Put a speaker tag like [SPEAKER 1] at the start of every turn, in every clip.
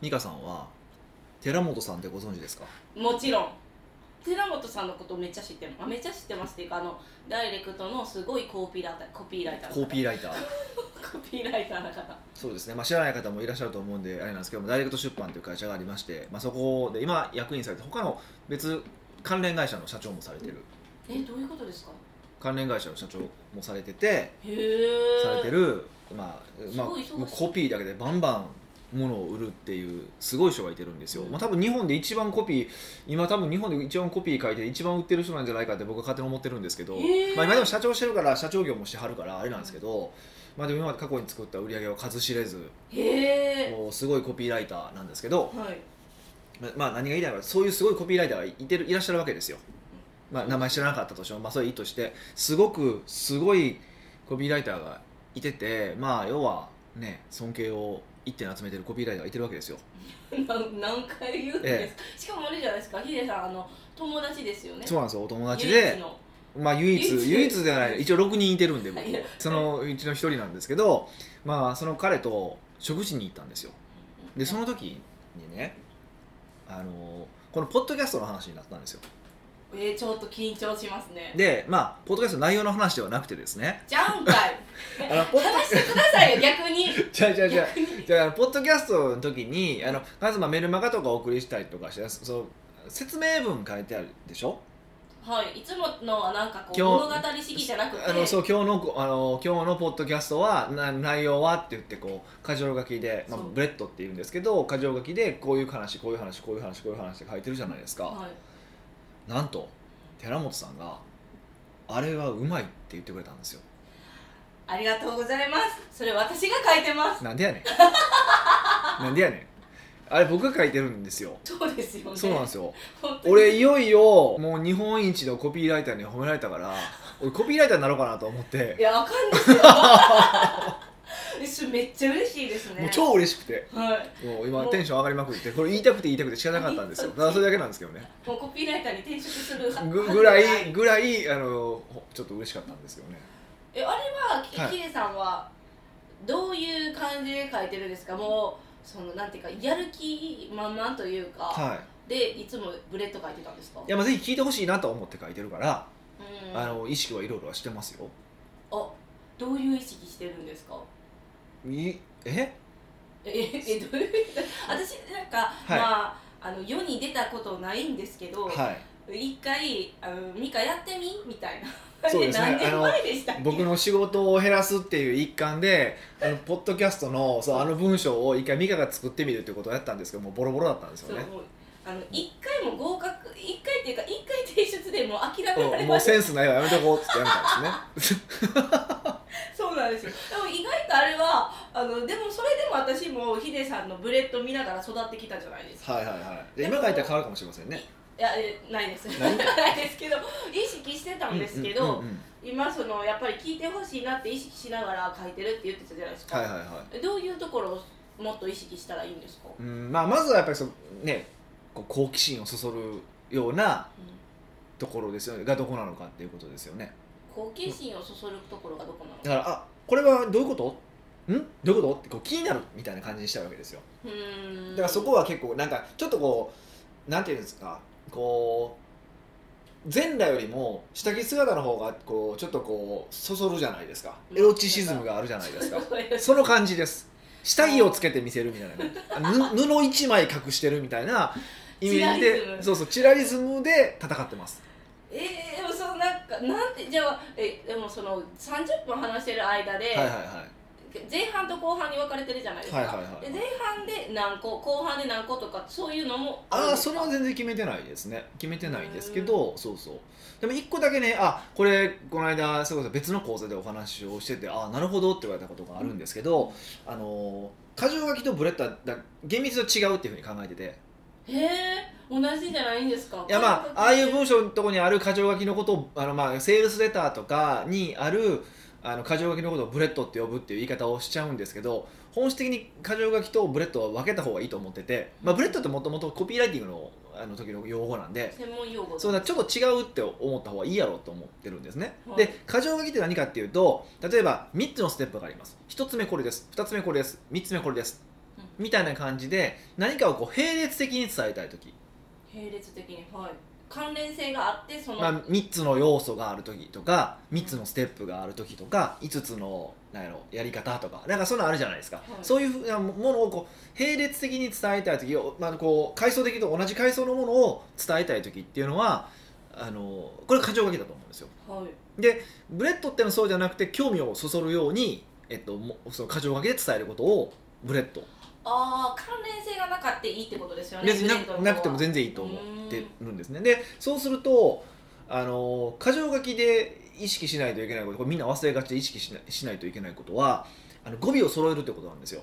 [SPEAKER 1] 美香さんは寺本さんってご存知ですか
[SPEAKER 2] もちろん寺本さんのことめっちゃ知ってるあめっちゃ知ってますっていうかあのダイレクトのすごいコピーライターコピーライターの方
[SPEAKER 1] コピーライター
[SPEAKER 2] コピーライターの方
[SPEAKER 1] そうですね、まあ、知らない方もいらっしゃると思うんであれなんですけどもダイレクト出版という会社がありまして、まあ、そこで今役員されて他の別関連会社の社長もされてる
[SPEAKER 2] えどういうことですか
[SPEAKER 1] 関連会社の社長もされてて
[SPEAKER 2] へえ
[SPEAKER 1] されてる、まあまあ、
[SPEAKER 2] すごい忙しい
[SPEAKER 1] もうコピーだけでバンバンものを売るっていうすごい人がいてるんですよ、
[SPEAKER 2] うん
[SPEAKER 1] まあ、多分日本で一番コピー今多分日本で一番コピー書いて一番売ってる人なんじゃないかって僕は勝手に思ってるんですけど、
[SPEAKER 2] へー
[SPEAKER 1] まあ、今でも社長してるから社長業もしてはるからあれなんですけど、まあ、でも今まで過去に作った売り上げは数知れず
[SPEAKER 2] へえ
[SPEAKER 1] もうすごいコピーライターなんですけど、
[SPEAKER 2] はい
[SPEAKER 1] ままあ、何が言いたいかそういうすごいコピーライターがいてるいらっしゃるわけですよ、まあ、名前知らなかったとしても、まあ、それいいとしてすごくすごいコピーライターがいててまあ要はね尊敬を一点集めてるコピーライターがいてるわけですよ
[SPEAKER 2] な何回言うんですか、しかもあれじゃないですかヒデさんあの友達ですよね
[SPEAKER 1] そうなんですよお友達
[SPEAKER 2] 唯一
[SPEAKER 1] で
[SPEAKER 2] の
[SPEAKER 1] まあ唯一
[SPEAKER 2] 唯一
[SPEAKER 1] 唯一ではない一応6人いてるんで僕
[SPEAKER 2] いや
[SPEAKER 1] そのうちの一人なんですけどまあその彼と食事に行ったんですよでその時にねあのこのポッドキャストの話になったんですよ
[SPEAKER 2] えー、ちょっと緊張しますね
[SPEAKER 1] でまあポッドキャストの内容の話ではなくてですね
[SPEAKER 2] じゃん かい
[SPEAKER 1] あのポッド
[SPEAKER 2] 話してくださいよ逆に
[SPEAKER 1] じゃ あじゃあじゃあ
[SPEAKER 2] 逆に
[SPEAKER 1] じゃあポッドキャストの時にあのまずまあメルマガとかお送りしたりとかしてそそう説明文書いてあるでしょ
[SPEAKER 2] はいいつものはなんかこう
[SPEAKER 1] 今
[SPEAKER 2] 物
[SPEAKER 1] 日
[SPEAKER 2] 語主義じゃなくて
[SPEAKER 1] あのそう今日のこあの今日のポッドキャストはな内容はって言ってこう箇条書きで、まあ
[SPEAKER 2] そう、
[SPEAKER 1] ブレッドって言うんですけど箇条書きでこういう話こういう話こういう話こういう話って書いてるじゃないですか、
[SPEAKER 2] はい
[SPEAKER 1] なんと寺本さんが「あれはうまい」って言ってくれたんですよ
[SPEAKER 2] ありがとうございますそれ私が書いてます
[SPEAKER 1] なんでやね んなんでやねんあれ僕が書いてるんですよ
[SPEAKER 2] そうですよね
[SPEAKER 1] そうなんですよ
[SPEAKER 2] 本当に
[SPEAKER 1] 俺いよいよもう日本一のコピーライターに褒められた から俺コピーライターになろうかなと思っ
[SPEAKER 2] い
[SPEAKER 1] て
[SPEAKER 2] やあか んですよえそれめっちゃ嬉しいですね
[SPEAKER 1] もう超嬉しくて
[SPEAKER 2] はい
[SPEAKER 1] もう今
[SPEAKER 2] もう
[SPEAKER 1] テンション上がりまくってこれ言いたくて言いたくて仕方なかったんですよただそれだけなんですけどね
[SPEAKER 2] もうコピーライターに転職するは
[SPEAKER 1] ぐぐら
[SPEAKER 2] はずない
[SPEAKER 1] ぐらいあのほちょっと嬉しかったんですよね
[SPEAKER 2] えあれ
[SPEAKER 1] は
[SPEAKER 2] はいきヒデさんはどういう感じで書いてるんですかもうそのなんていうかやる気満々というか、
[SPEAKER 1] はい
[SPEAKER 2] でいつもブレッド書いてたんですか
[SPEAKER 1] いやまあぜひ聞いてほしいなと思って書いてるから、
[SPEAKER 2] うん
[SPEAKER 1] あの意識はいろいろはしてますよ
[SPEAKER 2] あどういう意識してるんですか
[SPEAKER 1] いえ
[SPEAKER 2] ええどう いう私なんか、
[SPEAKER 1] はい
[SPEAKER 2] まああの世に出たことないんですけど、
[SPEAKER 1] はい
[SPEAKER 2] 一回あの「ミカやってみ?」みたいな
[SPEAKER 1] そうですね
[SPEAKER 2] 何年前でしたっけ
[SPEAKER 1] 僕の仕事を減らすっていう一環であのポッドキャストのそうあの文章を一回美香が作ってみるってことをやったんですけどもうボロボロだったんです
[SPEAKER 2] そ
[SPEAKER 1] よ
[SPEAKER 2] う
[SPEAKER 1] ね
[SPEAKER 2] もうあの一回も合格一回っていうか一回提出でもう諦めら
[SPEAKER 1] う
[SPEAKER 2] れ
[SPEAKER 1] んも
[SPEAKER 2] ま
[SPEAKER 1] う
[SPEAKER 2] した
[SPEAKER 1] センスないわやめとこうってやめたんですね
[SPEAKER 2] そうなんですよでも意外とあれはあのでもそれでも私もヒデさんのブレッド見ながら育ってきたじゃないですか
[SPEAKER 1] はいはいはいで今書いたら変わるかもしれませんね
[SPEAKER 2] いやえない ですな
[SPEAKER 1] ない
[SPEAKER 2] いですけど意識してたんですけど、
[SPEAKER 1] うんうんうん
[SPEAKER 2] 今そのやっぱり聞いてほしいなって意識しながら書いてるって言ってたじゃないですか、
[SPEAKER 1] はいはいは
[SPEAKER 2] どういうところをもっと意識したらいいんですか、
[SPEAKER 1] い、うんまあ、まずはやっぱりそのねこう好奇心をそそるようなところですよねがどこなのかっていうことですよね
[SPEAKER 2] 好奇心をそそるところがどこなの
[SPEAKER 1] だからあこれはどういうことんどういうことってこう気になるみたいな感じにしたいわけですよ
[SPEAKER 2] うーん
[SPEAKER 1] だからそこは結構なんかちょっとこうなんていうんですかこう前代よりも下着姿の方がこうちょっとこうそそるじゃないですかエロチシズムがあるじゃないですかその感じです下着をつけて見せるみたいな感じぬ布一枚隠してるみたいなイメージ
[SPEAKER 2] チラリズ
[SPEAKER 1] で
[SPEAKER 2] ム
[SPEAKER 1] そうそうチラリズムで戦ってます
[SPEAKER 2] えー、でもそのなんかなんてじゃあえでもその30分話してる間で、
[SPEAKER 1] はいはいはい
[SPEAKER 2] 前半と後半に分かれてるじゃないですか、
[SPEAKER 1] はいはいはい
[SPEAKER 2] で前半で何個後半で何個とかそういうのもるん
[SPEAKER 1] あ
[SPEAKER 2] で
[SPEAKER 1] あ
[SPEAKER 2] す
[SPEAKER 1] それ
[SPEAKER 2] か
[SPEAKER 1] は全然決めてないですね決めてないですけどそうそうでも一個だけねあこれこの間そうそう別の講座でお話をしててあなるほどって言われたことがあるんですけど、あのー箇条書きとブレッドはだ厳密と違うっていうふうに考えてて
[SPEAKER 2] へえ同じじゃないんですか
[SPEAKER 1] いやまあああいう文章のところにある箇条書きのことをあのまあセールスレターとかにあるあの箇条書きのことをブレッドって呼ぶっていう言い方をしちゃうんですけど本質的に箇条書きとブレッドは分けた方がいいと思ってて、まあ、ブレッドってもともとコピーライティングのあの時の用語なんで
[SPEAKER 2] 専門用語
[SPEAKER 1] そ
[SPEAKER 2] うん
[SPEAKER 1] なちょっと違うって思った方がいいやろうと思ってるんですね、
[SPEAKER 2] はい
[SPEAKER 1] で過剰書きって何かっていうと例えば3つのステップがあります1つ目これです2つ目これです3つ目これです
[SPEAKER 2] う
[SPEAKER 1] みたいな感じで何かをこう並列的に伝えたい時、
[SPEAKER 2] 並列的にはい関連性があってその、
[SPEAKER 1] まあ、3つの要素がある時とか3つのステップがある時とか5つのなんやろやり方とかなんかそんなのあるじゃないですか、
[SPEAKER 2] い
[SPEAKER 1] そういうふうなものをこう並列的に伝えたい時、まあ、こう階層的に同じ階層のものを伝えたい時っていうのはあのこれ箇条書きだと思うんですよ。
[SPEAKER 2] はい
[SPEAKER 1] ブレッドってのはそうじゃなくて興味をそそるように、えっと、もその箇条書きで伝えることをブレッド
[SPEAKER 2] ああ関連性がなかっていいってことですよね
[SPEAKER 1] 別にな
[SPEAKER 2] イベントの方は
[SPEAKER 1] なくても全然いいと思ってるんですねでそうするとあの箇条書きで意識しないといけないことこれみんな忘れがちで意識しないしないといけないことはあの語尾を揃えるってことなんですよ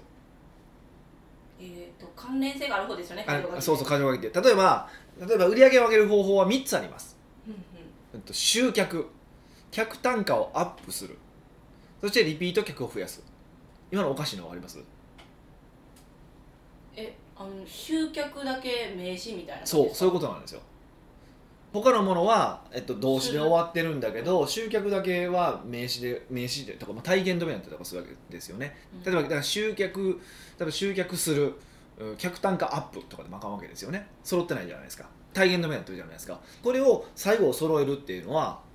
[SPEAKER 2] えー、と関連性がある方ですよね
[SPEAKER 1] あ
[SPEAKER 2] 箇条書き
[SPEAKER 1] そうそう箇条書きで例えば例えば売り上げを上げる方法は3つあります、
[SPEAKER 2] うんうん
[SPEAKER 1] えっと、集客客単価をアップするそしてリピート客を増やす今のおかしいのはあります
[SPEAKER 2] えあの集客だけ名詞みたいな
[SPEAKER 1] そうそういう
[SPEAKER 2] こ
[SPEAKER 1] ことなんですよ他のものは、えっと、動詞で終わってるんだけど集客だけは名詞で名詞でとか、まあ、体現止めになってたりとかするわけですよね
[SPEAKER 2] と
[SPEAKER 1] 例えばだから集客例えば集客するうん客単価アップとかでまかんわけですよね揃ってないじゃないですか体現止めになってるじゃないですかこれを最後を揃えるっていうのは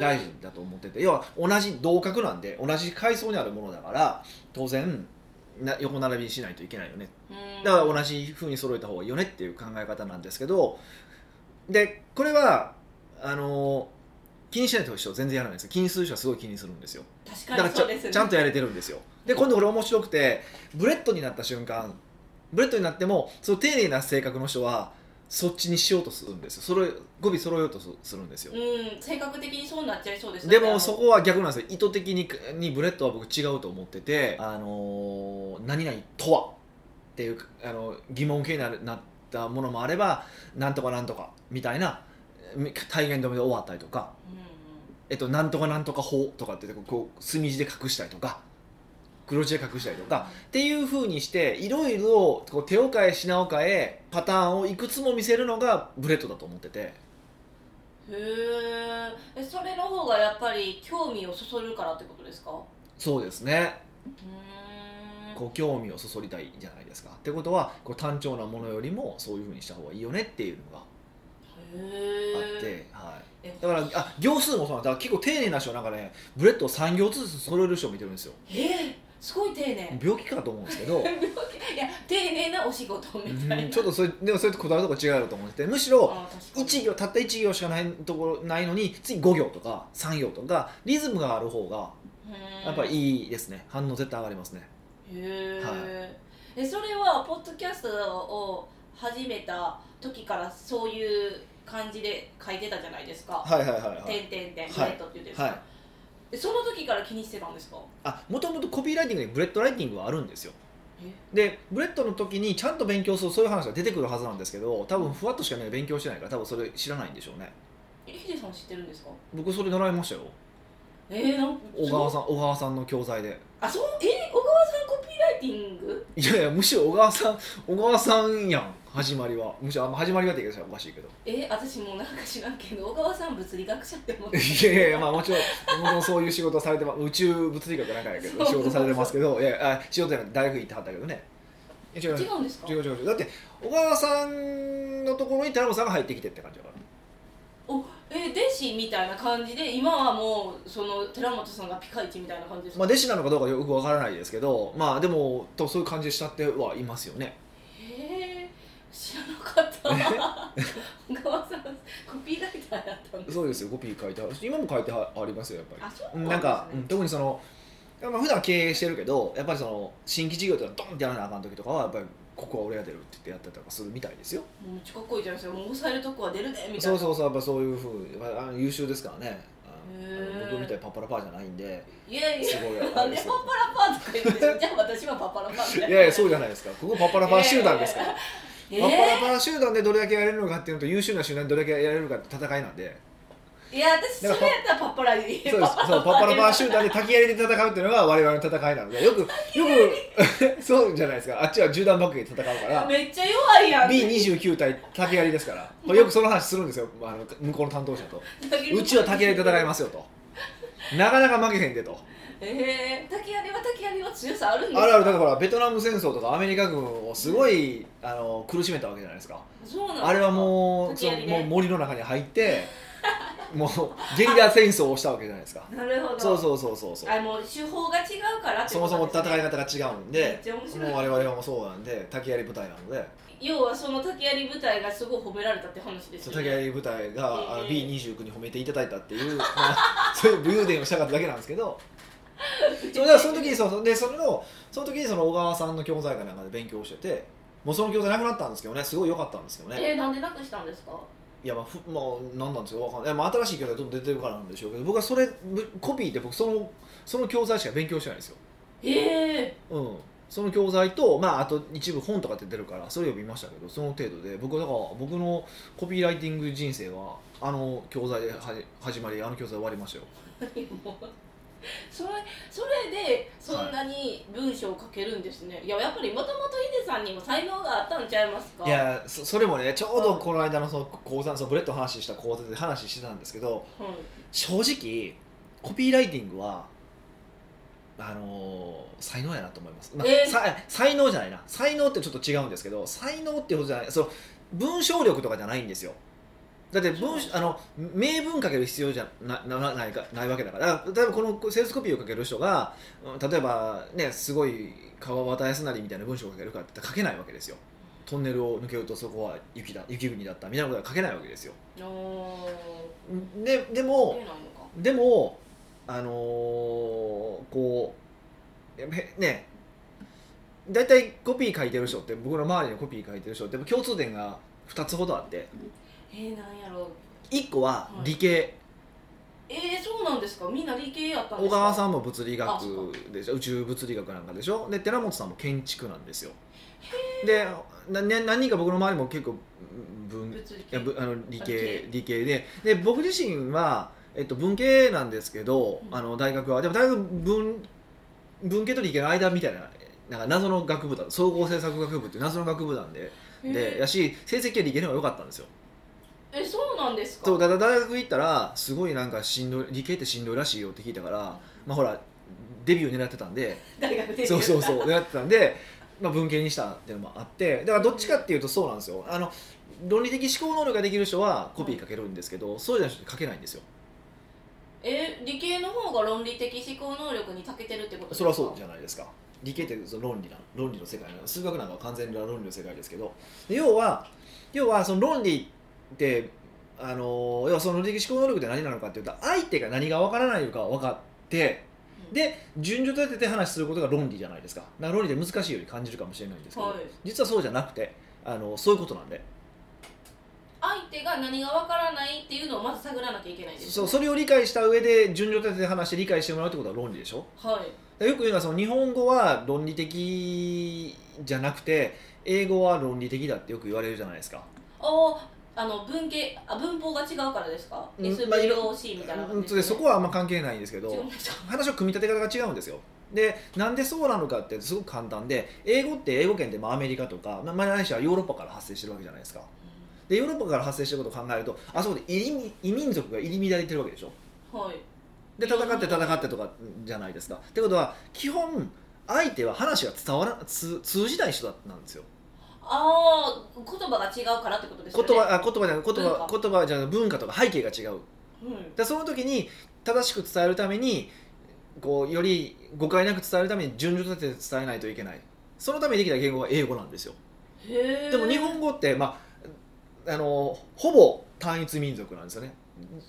[SPEAKER 1] 大事だと思ってて要は同じ同格なんで同じ階層にあるものだから当然な横並びにしないといけないよねだから同じ風に揃えた方がいいよねっていう考え方なんですけどでこれはあの気にしない人は全然やらないです気にする人はすごい気にするんですよ
[SPEAKER 2] 確
[SPEAKER 1] だから
[SPEAKER 2] かに
[SPEAKER 1] ち
[SPEAKER 2] そ
[SPEAKER 1] ゃ,、
[SPEAKER 2] うですね
[SPEAKER 1] ちゃんとやれてるんですよで今度これ面白くてブレッドになった瞬間ブレッドになってもその丁寧な性格の人はそっちにしようとするんですよ揃え語尾揃えようとすするんですよ
[SPEAKER 2] うん性格的にそうなっちゃいそうです
[SPEAKER 1] でもそ
[SPEAKER 2] こ
[SPEAKER 1] こは逆なんですよ意図的ににブレッドは僕違うと思ってて、あのー何々とはっていうあの疑問形になるなったものもあればなんとかなんとかみたいなみ体現止めで終わったりとか、えっと、なんとかなんとか法とかってこう墨字で隠したりとか黒字で隠したりとかっていうふうにしていろいろこう手を変え品を変えパターンをいくつも見せるのがブレッドだと思ってて。
[SPEAKER 2] へーえそれの方がやっぱり興味をそそるからってことですかう
[SPEAKER 1] そうですね
[SPEAKER 2] ーん
[SPEAKER 1] こう興味をそそりたいじゃないですかってことはこう単調なものよりもそういうふうにした方がいいよねっていうのが
[SPEAKER 2] へ
[SPEAKER 1] あっ
[SPEAKER 2] ー
[SPEAKER 1] て、はい、
[SPEAKER 2] え
[SPEAKER 1] だからあ行数もそうなんだだから結構丁寧な人はなんかねブレッドを3行ずつ揃える人を見てるんですよ
[SPEAKER 2] えーすごい丁寧
[SPEAKER 1] 病気かと思うんですけ ど
[SPEAKER 2] いや丁寧なお仕事みたい
[SPEAKER 1] うん
[SPEAKER 2] な
[SPEAKER 1] ちょっとそれでもそれとこだわるとこ違うと思っててむしろ
[SPEAKER 2] あー確かに
[SPEAKER 1] 1行たった1行しかないところないのに次5行とか3行とかリズムがある方が
[SPEAKER 2] うん
[SPEAKER 1] やっぱりいいですね反応絶対上がりますね
[SPEAKER 2] へえ、
[SPEAKER 1] は
[SPEAKER 2] えそれはポッドキャストを始めた時からそういう感じで書いてたじゃないですか
[SPEAKER 1] はいはいはい
[SPEAKER 2] 「
[SPEAKER 1] は
[SPEAKER 2] 点
[SPEAKER 1] い
[SPEAKER 2] 点点」「ブレ
[SPEAKER 1] はい
[SPEAKER 2] ッド」って言ってるんですか、
[SPEAKER 1] はい
[SPEAKER 2] えその時から気にしてたんですか
[SPEAKER 1] あもともとコピーライティングにブレッドライティングはあるんですよ
[SPEAKER 2] え
[SPEAKER 1] でブレッドの時にちゃんと勉強するそういう話が出てくるはずなんですけど多分ふわっとしかね勉強してないから多分それ知らないんでしょうね
[SPEAKER 2] えヒデさん知ってるんですか
[SPEAKER 1] 僕それ習いましたよ
[SPEAKER 2] えー、なん
[SPEAKER 1] 小川
[SPEAKER 2] ん
[SPEAKER 1] さん小川さんの教材で
[SPEAKER 2] あそうえ小川さんコピーライティング
[SPEAKER 1] いやいやむしろ小川さん小川さんやん始まりはむしろあんま始まりはって言い方したらおかしいけど
[SPEAKER 2] え私もうなんか知らんけど小川さん物理学者って思って
[SPEAKER 1] いやいやいやまあもちろんもちろんそういう仕事されてます宇宙物理学なんかやけど仕事されてますけどいやあ仕事じゃなくて大学行ってはったけどねいや違う
[SPEAKER 2] 違うんですか
[SPEAKER 1] 違う違う違うだって小川さんのところに寺本さんが入ってきてって感じだから
[SPEAKER 2] おえー、弟子みたいな感じで今はもうその寺本さんがピカイチみたいな感じです
[SPEAKER 1] ま
[SPEAKER 2] か、
[SPEAKER 1] あ、弟子なのかどうかよくわからないですけど、まあ、でもとそういう感じで慕ってはいますよね。
[SPEAKER 2] へえ知らなかった 小川さんコピーライターだったんです
[SPEAKER 1] そうですよ、コピー書いてある今も書いてはありますよ、やっぱ
[SPEAKER 2] あそう
[SPEAKER 1] り。うんな
[SPEAKER 2] な
[SPEAKER 1] んんか、
[SPEAKER 2] です
[SPEAKER 1] うん
[SPEAKER 2] ね
[SPEAKER 1] 特にその、まあ普段は経営してるけど、やっぱりその新規事業とかドンってやらなあかん時とかは、やっぱりここは俺が出るって言ってやったりとかするみたいですよ。
[SPEAKER 2] もうちょこっこいいじゃないですかもう抑えるとこは出るねみたい
[SPEAKER 1] そう
[SPEAKER 2] な
[SPEAKER 1] そうそう、やっぱそういうふうにあの優秀ですからね。あ
[SPEAKER 2] へ
[SPEAKER 1] の
[SPEAKER 2] ー
[SPEAKER 1] 僕みたいにパッパラパーじゃないんで、
[SPEAKER 2] いやい
[SPEAKER 1] す
[SPEAKER 2] や
[SPEAKER 1] ごいあ
[SPEAKER 2] な
[SPEAKER 1] れ
[SPEAKER 2] んで
[SPEAKER 1] です
[SPEAKER 2] パ
[SPEAKER 1] よ
[SPEAKER 2] ッパラパーとか言ってじゃあ私はパッパラパーみたいない
[SPEAKER 1] やいや、そうじゃないですか。ここパッパラパー集団ですから。
[SPEAKER 2] え
[SPEAKER 1] パッパラパー集団でどれだけやれるのかっていうのと、優秀な集団でどれだけやれるかって戦いなんで。
[SPEAKER 2] ーいや私それやったらパッパラに
[SPEAKER 1] そうですそうパッパラパー集団で滝やりで戦うっていうのが我々の戦いなのでよくよくそうじゃないですかあっちは銃弾爆撃で戦うから
[SPEAKER 2] めっちゃ弱いやん
[SPEAKER 1] B29 対竹槍ですからこれよくその話するんですよあの向こうの担当者とうちは竹槍で戦いますよとなかなか負けへんでと
[SPEAKER 2] ええー、竹槍は竹槍の強さあるんですか
[SPEAKER 1] あるあるだからほらベトナム戦争とかアメリカ軍をすごいあの苦しめたわけじゃないですか
[SPEAKER 2] そうなんですか
[SPEAKER 1] あれはも う,、
[SPEAKER 2] 竹槍
[SPEAKER 1] も
[SPEAKER 2] ね
[SPEAKER 1] う森の中に入って もうゲリラ戦争をしたわけじゃないですか
[SPEAKER 2] なるほど
[SPEAKER 1] そう
[SPEAKER 2] う
[SPEAKER 1] そうそうそうそう
[SPEAKER 2] あもう手法が違うからって
[SPEAKER 1] そ
[SPEAKER 2] こ
[SPEAKER 1] も
[SPEAKER 2] と
[SPEAKER 1] そも戦い
[SPEAKER 2] い
[SPEAKER 1] 方が違うん
[SPEAKER 2] めっ
[SPEAKER 1] で
[SPEAKER 2] ちゃ面
[SPEAKER 1] もう
[SPEAKER 2] 白い
[SPEAKER 1] 我々はもうそうなんで竹槍部隊なので
[SPEAKER 2] 要はその竹槍部隊がすごい褒められたって話で
[SPEAKER 1] そ
[SPEAKER 2] すよ
[SPEAKER 1] の竹
[SPEAKER 2] ね
[SPEAKER 1] 槍部隊があの
[SPEAKER 2] ええ
[SPEAKER 1] B29 に褒めていただいたっていう、まあ、 そういう武勇伝をしたかっただけなんですけ どそうだからその時にそうそうでそれをその時にその小川さんの教材かなんかで勉強しててもうその教材なくなったんですけどねすごい良かったんですけどね
[SPEAKER 2] えー、なんでなくしたんですか
[SPEAKER 1] いやまあふ、まあ、何なんですかわかんないいや、まあ、新しい教材どんどん出てるからなんでしょうけど僕はそれぶコピーって僕そのその教材しか勉強してないんですよ、
[SPEAKER 2] ええ
[SPEAKER 1] うん、その教材と、まあ、あと一部本とか出てるからそれを読みましたけどその程度で僕だから僕のコピーライティング人生はあの教材ではじ始まりあの教材で終わりましたよ
[SPEAKER 2] もうそれそれでそんなに文章を書けるんですね、い、ややっぱりもともとヒデさんにも才能があったんちゃいますか
[SPEAKER 1] いやそそれもねちょう
[SPEAKER 2] う
[SPEAKER 1] ど
[SPEAKER 2] ん
[SPEAKER 1] この間のその講座のそのブレッドの話した講座で話してたんですけど
[SPEAKER 2] はい、
[SPEAKER 1] 正直コピーライティングはあのー才能やなと思います、まあ
[SPEAKER 2] えー
[SPEAKER 1] さ才能じゃないな才能ってちょっと違うんですけど才能っていうことじゃないその文章力とかじゃないんですよだって文
[SPEAKER 2] そう
[SPEAKER 1] あの名文書ける必要じゃなななないかないわけだからだから例えばこのセールスコピーを書ける人がうん例えばねすごい川端康成みたいな文章を書けるかって言ったら書けないわけですよトンネルを抜けるとそこは雪だ雪国だったみたいなことは書けないわけですよ
[SPEAKER 2] お
[SPEAKER 1] でで
[SPEAKER 2] ー
[SPEAKER 1] も
[SPEAKER 2] そうなのか
[SPEAKER 1] でもあのーこうやっぱへね大体コピー書いてる人って僕の周りのコピー書いてる人って共通点が2つほどあって
[SPEAKER 2] えー、なんやろう
[SPEAKER 1] 1個は
[SPEAKER 2] はい
[SPEAKER 1] 理系、
[SPEAKER 2] えー、そうなんですかみんな理系やったんで
[SPEAKER 1] 小
[SPEAKER 2] すか
[SPEAKER 1] 川
[SPEAKER 2] ん
[SPEAKER 1] さんも物理
[SPEAKER 2] あ
[SPEAKER 1] 学
[SPEAKER 2] そ
[SPEAKER 1] でしょ宇宙物理学なんかでしょで寺本さんも建築なんですよでな、ね、何人か僕の周りも結構文い
[SPEAKER 2] 物理系
[SPEAKER 1] やぶあの理系
[SPEAKER 2] あ
[SPEAKER 1] 理系でで僕自身は、えっと、文系なんですけど、
[SPEAKER 2] うん
[SPEAKER 1] あの大学はでも大学文文系と理系の間みたいななんか謎の学部だ総合政策学部っていう謎の学部なんで,、で
[SPEAKER 2] え
[SPEAKER 1] やし成績は理系の方が良かったんですよ
[SPEAKER 2] ーえそうなんですか
[SPEAKER 1] そうだから大学行ったらすごいなんかしんどい理系ってしんどいらしいよって聞いたから、まあ、ほらデビュー狙ってたんで
[SPEAKER 2] 大学で
[SPEAKER 1] そうそう
[SPEAKER 2] う
[SPEAKER 1] そう狙ってたんで、まあ、文系にしたっていうのもあってだからどっちかっていうとそうなんですよあの論理的思考能力ができる人はコピー書けるんですけど、そうじゃない人って書けないんですよ
[SPEAKER 2] えー理系の方が論理的思考能力に長けてるってことですか
[SPEAKER 1] それはそうじゃないですか理系ってその論理な論理の世界なの数学なんかは完全な論理の世界ですけどで要は要はその論理ってあの要はその論理的思考能力って何なのかっていうと相手が何が分からないのか分かって
[SPEAKER 2] うん
[SPEAKER 1] で順序立てて話することが論理じゃないですかだから論理で難しいように感じるかもしれないんですけど、
[SPEAKER 2] はい
[SPEAKER 1] 実はそうじゃなくてあのそういうことなんで
[SPEAKER 2] 相手が何がわからないっていうのをまず探らなきゃいけないんです
[SPEAKER 1] そ
[SPEAKER 2] よ
[SPEAKER 1] う
[SPEAKER 2] ね
[SPEAKER 1] それを理解した上で順序立てて話して理解してもらうってことは論理でしょ
[SPEAKER 2] はい
[SPEAKER 1] でよく言うのはその日本語は論理的じゃなくて英語は論理的だってよく言われるじゃないですか、
[SPEAKER 2] おあの文系あ文法が違うからですか
[SPEAKER 1] うんまあいろ
[SPEAKER 2] SVOC みたいな
[SPEAKER 1] うん、でそこ
[SPEAKER 2] は
[SPEAKER 1] はあんま関係ないんですけ
[SPEAKER 2] 違う
[SPEAKER 1] ど
[SPEAKER 2] んですか
[SPEAKER 1] 話の組み立て方が違うんですよでなんでそうなのかってすごく簡単で英語って英語圏ってまあアメリカとか、まあ、まあないしはヨーロッパから発生してるわけじゃないですかでヨーロッパから発生してることを考えるとあそこで異民異民族が入り乱れてるわけでしょ
[SPEAKER 2] はい
[SPEAKER 1] で戦って戦ってとかじゃないですかってことは基本相手は話が伝わら通通じない人だなんですよ
[SPEAKER 2] ああ言葉が違うからってことです
[SPEAKER 1] 言
[SPEAKER 2] よね
[SPEAKER 1] 葉あ言葉じゃない言葉
[SPEAKER 2] 文
[SPEAKER 1] 言葉じゃない文化とか背景が違う
[SPEAKER 2] うん
[SPEAKER 1] でその時に正しく伝えるためにこうより誤解なく伝えるために順序立てて伝えないといけないそのためにできた言語が英語なんですよ
[SPEAKER 2] へえ
[SPEAKER 1] でも日本語って、まあ、あのほぼ単一民族なんですよね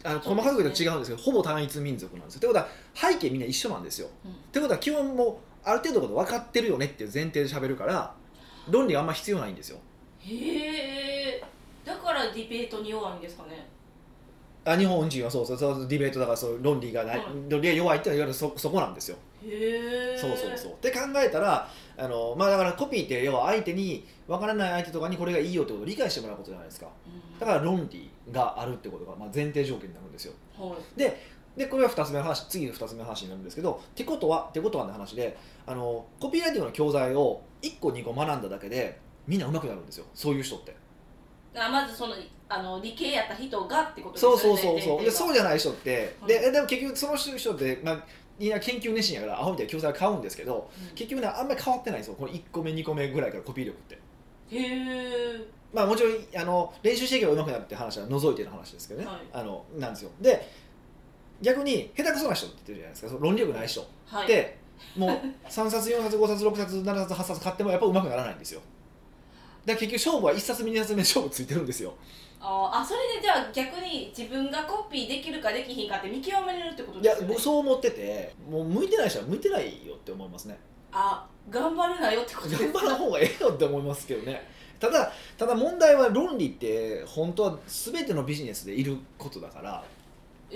[SPEAKER 1] あの
[SPEAKER 2] そうですね
[SPEAKER 1] 細かく言うと違うんですけどほぼ単一民族なんですよってことは背景みんな一緒なんですよ、
[SPEAKER 2] うん
[SPEAKER 1] ってことは基本もうある程度のこと分かってるよねっていう前提で喋るから論理があんま必要ないんですよ
[SPEAKER 2] へえだからディベートに弱いんですかね
[SPEAKER 1] あ日本人はそうそうそうディベートだからそう論理がない、
[SPEAKER 2] う
[SPEAKER 1] 論理が弱いっていうのはそそこなんですよ、
[SPEAKER 2] へえ
[SPEAKER 1] そうそうそうって考えたらあのまあだからコピーって要は相手に分からない相手とかにこれがいいよってことを理解してもらうことじゃないですか
[SPEAKER 2] うん
[SPEAKER 1] だから論理があるってことが、まあ、前提条件になるんですよ
[SPEAKER 2] はい
[SPEAKER 1] でこれは2つ目の話次の2つ目の話になるんですけどてことはてことはの話であのコピーライティングの教材を1個2個学んだだけでみんな上手くなるんですよそういう人って
[SPEAKER 2] あまずそのあの理系やった人がってことです
[SPEAKER 1] そ
[SPEAKER 2] よ
[SPEAKER 1] う
[SPEAKER 2] ね
[SPEAKER 1] そうそうそう
[SPEAKER 2] 前提
[SPEAKER 1] で
[SPEAKER 2] が
[SPEAKER 1] そうじゃない人って
[SPEAKER 2] はい
[SPEAKER 1] ででも結局その人って、まあ、みんな研究熱心やからアホみたいな教材買うんですけど結局ねあんまり変わってないんですよこの1個目2個目ぐらいからコピー力って
[SPEAKER 2] へえ
[SPEAKER 1] まあもちろんあの練習していけば上手くなるって話は除いての話ですけどね、
[SPEAKER 2] はい
[SPEAKER 1] あのなんですよで逆に下手くそな人って言ってるじゃないですかその論理力ない人っ
[SPEAKER 2] はい
[SPEAKER 1] て、もう3冊4冊5冊6冊7冊8冊買ってもやっぱ上手くならないんですよだから結局勝負は1冊目2冊目勝負ついてるんですよ
[SPEAKER 2] あーあそれでじゃあ逆に自分がコピーできるかできひんかって見極めれるってこと
[SPEAKER 1] い
[SPEAKER 2] で
[SPEAKER 1] や
[SPEAKER 2] すよね
[SPEAKER 1] 僕そう思っててもう向いてない人は向いてないよって思いますね
[SPEAKER 2] あ頑張るなよってことです
[SPEAKER 1] 頑張らん方がええよって思いますけどねただただ問題は論理って本当は全てのビジネスでいることだから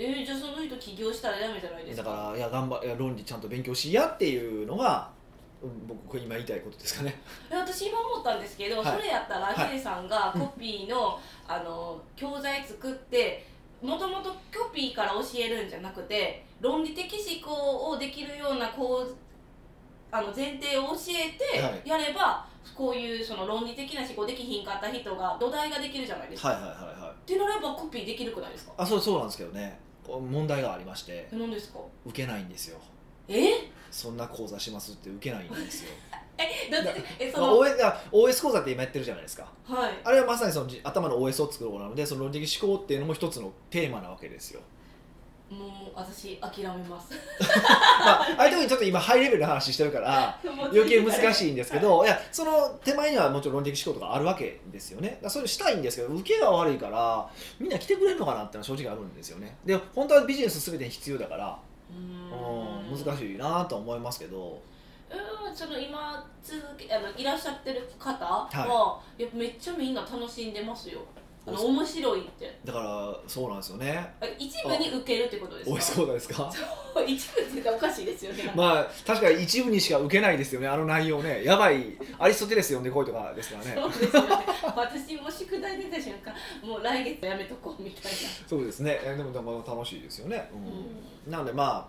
[SPEAKER 2] えー、じゃあその人起業したらやめたらいいです
[SPEAKER 1] だ
[SPEAKER 2] か
[SPEAKER 1] からいや頑張いや論理ちゃんと勉強しやっていうのがうん僕今言いたいことですかね
[SPEAKER 2] え私今思ったんですけど、
[SPEAKER 1] はい
[SPEAKER 2] それやったら
[SPEAKER 1] はい
[SPEAKER 2] ヒデさんがコピーの,、あの教材作ってもともとコピーから教えるんじゃなくて論理的思考をできるようなこうあの前提を教
[SPEAKER 1] は
[SPEAKER 2] えてやれば、こういうその論理的な思考できひんかった人が土台ができるじゃないですか。
[SPEAKER 1] はいはいはいはい
[SPEAKER 2] ってなればコピーできるくないですか
[SPEAKER 1] あそうそうなんですけどねこう問題がありまして
[SPEAKER 2] えなんですか
[SPEAKER 1] 受けないんですよ
[SPEAKER 2] え
[SPEAKER 1] そんな講座しますって受けないんですよ、
[SPEAKER 2] えだってえ そ
[SPEAKER 1] まあ、
[SPEAKER 2] の
[SPEAKER 1] OS, あ OS 講座って今やってるじゃないですか
[SPEAKER 2] はい
[SPEAKER 1] あれはまさにそのじ頭の OS を作ることなのでその論理的思考っていうのも一つのテーマなわけですよ
[SPEAKER 2] もう私諦めます
[SPEAKER 1] まあ、ああいうとこにちょっと今ハイレベルな話してるから余計難
[SPEAKER 2] い
[SPEAKER 1] しいんですけどいやその手前にはもちろん論理的思考とかあるわけですよねだからそれしたいんですけど受けが悪いからみんな来てくれるのかなってのは正直あるんですよねで本当はビジネス全てに必要だから、
[SPEAKER 2] うー
[SPEAKER 1] うんん、難しいなとは思いますけど
[SPEAKER 2] うんその今続けあのいらっしゃってる方は、、
[SPEAKER 1] はい
[SPEAKER 2] やめっちゃみんな楽しんでますよあの
[SPEAKER 1] お
[SPEAKER 2] 面白いって
[SPEAKER 1] だからそうなんですよね
[SPEAKER 2] あ一部に受けるってことです
[SPEAKER 1] おい
[SPEAKER 2] か
[SPEAKER 1] しそうなんですか
[SPEAKER 2] 一部って言ったらおかしいですよね、
[SPEAKER 1] まあ確かに一部にしか受けないですよねあの内容ねやばいアリストテレス読んでこいとかですからね
[SPEAKER 2] そうですよね私も宿題出た瞬間もう来月やめとこうみたい
[SPEAKER 1] そうですねえでもでも楽しいですよね、う
[SPEAKER 2] な、
[SPEAKER 1] んなの
[SPEAKER 2] う
[SPEAKER 1] でまあ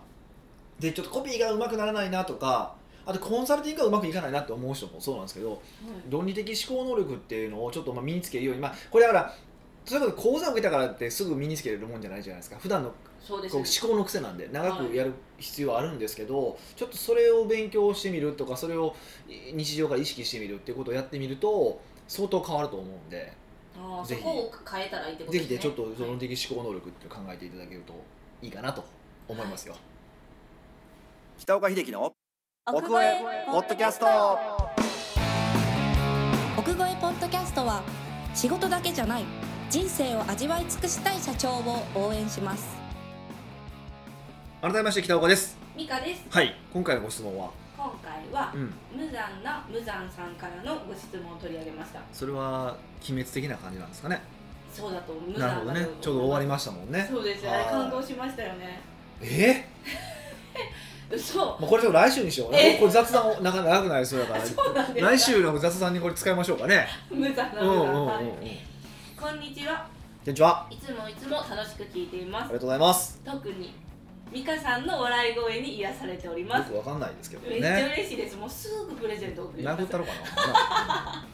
[SPEAKER 1] でちょっとコピーがうまくならないなとかあとコンサルティングがうまくいかないなって思う人もそうなんですけど
[SPEAKER 2] んはい
[SPEAKER 1] 論理的思考能力っていうのをちょっとまあ身につけるようにまあこれだからそれこそ講座を受けたからってすぐ身につけれるもんじゃないじゃないですか普段の
[SPEAKER 2] そうです
[SPEAKER 1] こう思
[SPEAKER 2] よね
[SPEAKER 1] 考の癖なんで長くやる必要はあるんですけど、ちょっとそれを勉強してみるとかそれをい日常から意識してみるっていうことをやってみると相当変わると思うんで
[SPEAKER 2] あーそ
[SPEAKER 1] ぜひ
[SPEAKER 2] こを変えたらいいってこと
[SPEAKER 1] ぜ
[SPEAKER 2] で
[SPEAKER 1] ひ
[SPEAKER 2] す
[SPEAKER 1] で
[SPEAKER 2] ね
[SPEAKER 1] ちょっとその論理的思考能力っていうのを考えていただけるといいかなと思いますよ。北岡秀樹の奥越えポッドキャスト
[SPEAKER 3] 奥越えポッドキャストは仕事だけじゃない人生を味わい尽くしたい社長を応援します
[SPEAKER 1] 改めまして北岡です。
[SPEAKER 2] ミカです
[SPEAKER 1] はい、今回のご質問は、
[SPEAKER 2] 今回は
[SPEAKER 1] うん、
[SPEAKER 2] 無残な無残さんからのご質問を取り上げました
[SPEAKER 1] それは鬼滅的な感じなんですかね。
[SPEAKER 2] そうだと無
[SPEAKER 1] なるほ
[SPEAKER 2] 残
[SPEAKER 1] ど
[SPEAKER 2] だ
[SPEAKER 1] ね
[SPEAKER 2] と思いま、す
[SPEAKER 1] ちょうど終わりましたもんね。
[SPEAKER 2] そうですよあ
[SPEAKER 1] は
[SPEAKER 2] れ
[SPEAKER 1] い
[SPEAKER 2] 感動しましたよね
[SPEAKER 1] え
[SPEAKER 2] 嘘
[SPEAKER 1] まあこれちょっと来週にしよう。
[SPEAKER 2] え
[SPEAKER 1] これ雑談をなかなか長くなりそうだから、
[SPEAKER 2] そうなんですか
[SPEAKER 1] 来週の雑談にこれ使いましょうかね。
[SPEAKER 2] 無駄
[SPEAKER 1] う
[SPEAKER 2] なん
[SPEAKER 1] う
[SPEAKER 2] 無
[SPEAKER 1] ん
[SPEAKER 2] 駄
[SPEAKER 1] うんうん。
[SPEAKER 2] な
[SPEAKER 1] こん
[SPEAKER 2] こんにちは
[SPEAKER 1] にちは。
[SPEAKER 2] いつもいつも楽しく聞いてい
[SPEAKER 1] あ
[SPEAKER 2] ま
[SPEAKER 1] り
[SPEAKER 2] す
[SPEAKER 1] がとうございます。
[SPEAKER 2] 特に美香さんの笑い声に癒されており
[SPEAKER 1] よ
[SPEAKER 2] ます
[SPEAKER 1] くわかんないですけど
[SPEAKER 2] めっちゃ
[SPEAKER 1] ね。
[SPEAKER 2] 嬉しいですもうすぐプレゼントを送りま
[SPEAKER 1] 殴
[SPEAKER 2] す
[SPEAKER 1] ったろかな。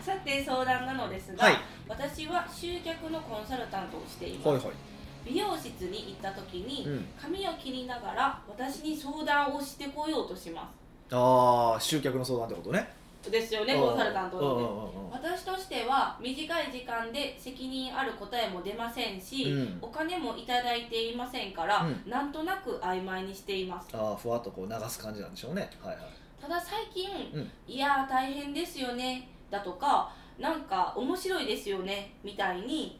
[SPEAKER 2] さて相談なのですが、
[SPEAKER 1] はい
[SPEAKER 2] 私は集客のコンサルタントをしています、
[SPEAKER 1] ほいほ
[SPEAKER 2] 美容室に行った時に、
[SPEAKER 1] い。うん。
[SPEAKER 2] 髪を切りながら私に相談をしてこようとしま
[SPEAKER 1] ああ、集客の相談ってことね。
[SPEAKER 2] すですよね
[SPEAKER 1] うん
[SPEAKER 2] コンサルタント
[SPEAKER 1] うん
[SPEAKER 2] の
[SPEAKER 1] う
[SPEAKER 2] ね
[SPEAKER 1] んうん
[SPEAKER 2] 私としては短い時間で責任ある答えも出ませんし、
[SPEAKER 1] うん
[SPEAKER 2] お金もいただいていませんから、
[SPEAKER 1] う
[SPEAKER 2] なんとなく曖昧にしています
[SPEAKER 1] ああ、ふわっとこう流す感じなんでしょうね。はいはい。
[SPEAKER 2] ただ最近、
[SPEAKER 1] うん
[SPEAKER 2] いやー大変ですよねだとかなんか面白いですよねみたいに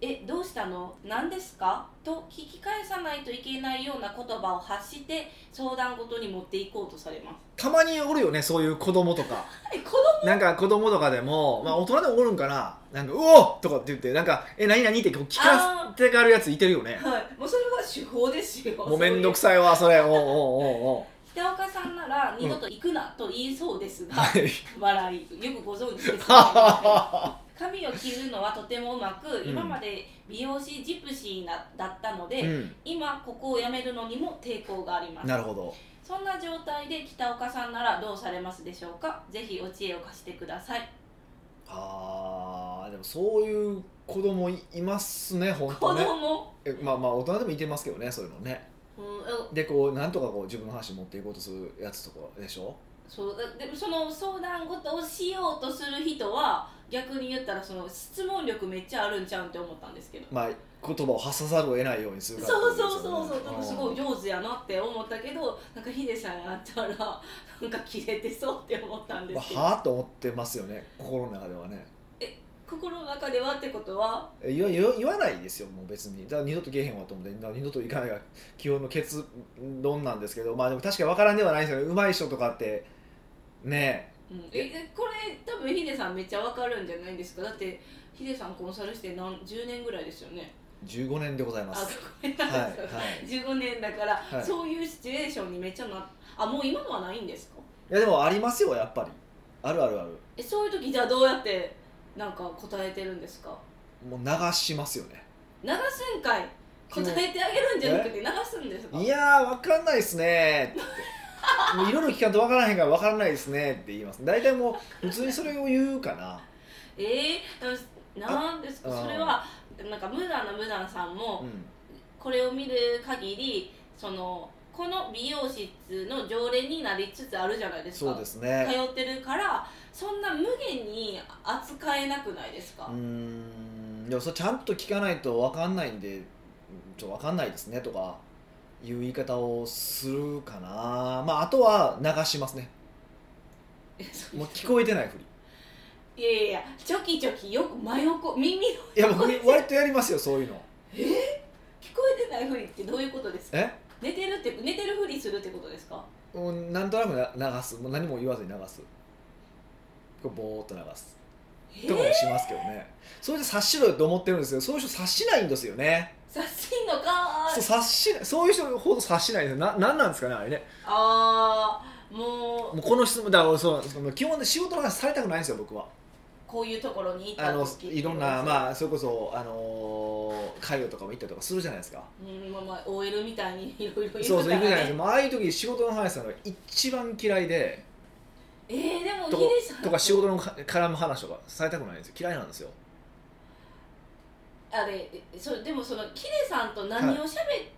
[SPEAKER 2] えどうしたの何ですかと聞き返さないといけないような言葉を発して相談ごとに持っていこうとされます
[SPEAKER 1] たまにおるよね、そういう子供とか。
[SPEAKER 2] え子
[SPEAKER 1] なんか子供とかでも、まあ、大人でもおるんかな「なんかうおっ!」とかって言って「なんかえ何々?」ってこう聞かせてかるやついてるよ ね
[SPEAKER 2] 供はいもうそれは手法ですよ
[SPEAKER 1] もうめんどく
[SPEAKER 2] さ
[SPEAKER 1] さいわそれおうおうおうおう
[SPEAKER 2] 北岡さんなら二度と行くなと言いそうですが、
[SPEAKER 1] はい
[SPEAKER 2] 笑いよくご存知 ですね髪を切るのはとてもうまく、
[SPEAKER 1] うん
[SPEAKER 2] 今まで美容師ジプシーなだったので、
[SPEAKER 1] うん
[SPEAKER 2] 今ここを辞めるのにも抵抗があります
[SPEAKER 1] なるほど
[SPEAKER 2] そんな状態で北岡さんならどうされますでしょうかぜひお知恵を貸してください
[SPEAKER 1] あーでもそういう子供いいますね本
[SPEAKER 2] 子
[SPEAKER 1] 当ね
[SPEAKER 2] 供
[SPEAKER 1] えまあまあ大人でもいてますけどねそういうのね
[SPEAKER 2] うんえ
[SPEAKER 1] でこうなんとかこう自分の話持っていこうとするやつとかでしょ
[SPEAKER 2] そうだでもその相談事をしようとする人は逆に言ったらその質問力めっちゃあるんちゃうんって思ったんですけど
[SPEAKER 1] まあ言葉を発さざるを得ないようにするから
[SPEAKER 2] そうそうそうそう、
[SPEAKER 1] と
[SPEAKER 2] な
[SPEAKER 1] こと
[SPEAKER 2] いんか
[SPEAKER 1] ですよね
[SPEAKER 2] ごい上手やなって思ったけどなんかヒデさんやったらなんかキレてそうって思ったん
[SPEAKER 1] うん
[SPEAKER 2] で
[SPEAKER 1] まあ
[SPEAKER 2] すけど
[SPEAKER 1] はあと思ってますよね心の中ではね
[SPEAKER 2] 心の中ではってことは
[SPEAKER 1] え言わ言わ言わないですよもう別にだから二度と言えへんわと思ってだから二度と行かないが基本の結論なんですけどまあでも確かに分からんではないですよねうまい人とかってね
[SPEAKER 2] うん、ええこれ多分ヒデさんめっちゃわかるんじゃないんですかだってヒデさんコンサルして何10年ぐらいですよね
[SPEAKER 1] え15年でございま
[SPEAKER 2] あ
[SPEAKER 1] す
[SPEAKER 2] ごめんな
[SPEAKER 1] はいは
[SPEAKER 2] さ
[SPEAKER 1] い
[SPEAKER 2] い、15年だから、
[SPEAKER 1] はい
[SPEAKER 2] そういうシチュエーションにめっちゃなあもう今のはないんですか
[SPEAKER 1] いやでもありますよやっぱりあるあるある
[SPEAKER 2] えそういう時じゃあどうやってなんか答えてるんですか
[SPEAKER 1] もう流しますよね
[SPEAKER 2] 流すんかい答えてあげるんじゃなくて流すんですか
[SPEAKER 1] いやー分かんないですねーってもういろいろ聞かんと分からへんから分からないですねーって言います大体もう普通にそれを言うかな
[SPEAKER 2] えー、なんですか
[SPEAKER 1] あ
[SPEAKER 2] それはなんか無駄な無駄さんも
[SPEAKER 1] うん
[SPEAKER 2] これを見る限りそのこの美容室の常連になりつつあるじゃないですか
[SPEAKER 1] そうですね
[SPEAKER 2] 通ってるからそんな無限に扱えなくないですか、
[SPEAKER 1] うー んでもそれちゃんと聞かないと分かんないんでちょっと分かんないですねとかいう言い方をするかなまああとは流しますねもう聞こえてないふり
[SPEAKER 2] いやいやいやチョキチョキよく真横耳の
[SPEAKER 1] いや僕割とやりますよそういうの
[SPEAKER 2] 聞こえてないふりってどういうことですか
[SPEAKER 1] え
[SPEAKER 2] 寝てるって寝てるふりするってことですか
[SPEAKER 1] うんなんとなくな流すもう何も言わずに流すこうボーっと流す
[SPEAKER 2] え
[SPEAKER 1] とかもしますけどね、それで察しろよと思ってるんですけどそういう人察しないんですよね
[SPEAKER 2] 察しんのか
[SPEAKER 1] そう
[SPEAKER 2] ー
[SPEAKER 1] 察しないそういう人ほど察しないんですよななんなんですかねあれね
[SPEAKER 2] あーもう
[SPEAKER 1] もうこの質問だから俺そうその基本で仕事の話されたくないんですよ僕は
[SPEAKER 2] こういうところに行っ
[SPEAKER 1] あ
[SPEAKER 2] た
[SPEAKER 1] の
[SPEAKER 2] 時
[SPEAKER 1] いろんな
[SPEAKER 2] あ、
[SPEAKER 1] まあそれこそあのー介護とかも行ったりとかするじゃないですか
[SPEAKER 2] うんまあまあ、OL みたいにいろいろ
[SPEAKER 1] そうそう行くじゃないです
[SPEAKER 2] か
[SPEAKER 1] かもうああいう時仕事の話するのが一番嫌いで
[SPEAKER 2] えー、でも
[SPEAKER 1] とか
[SPEAKER 2] ヒデさん
[SPEAKER 1] とか仕事のか絡む話とかされたくないんですよ嫌いなんですよ
[SPEAKER 2] あれそうでもそのヒデさんと何を喋っ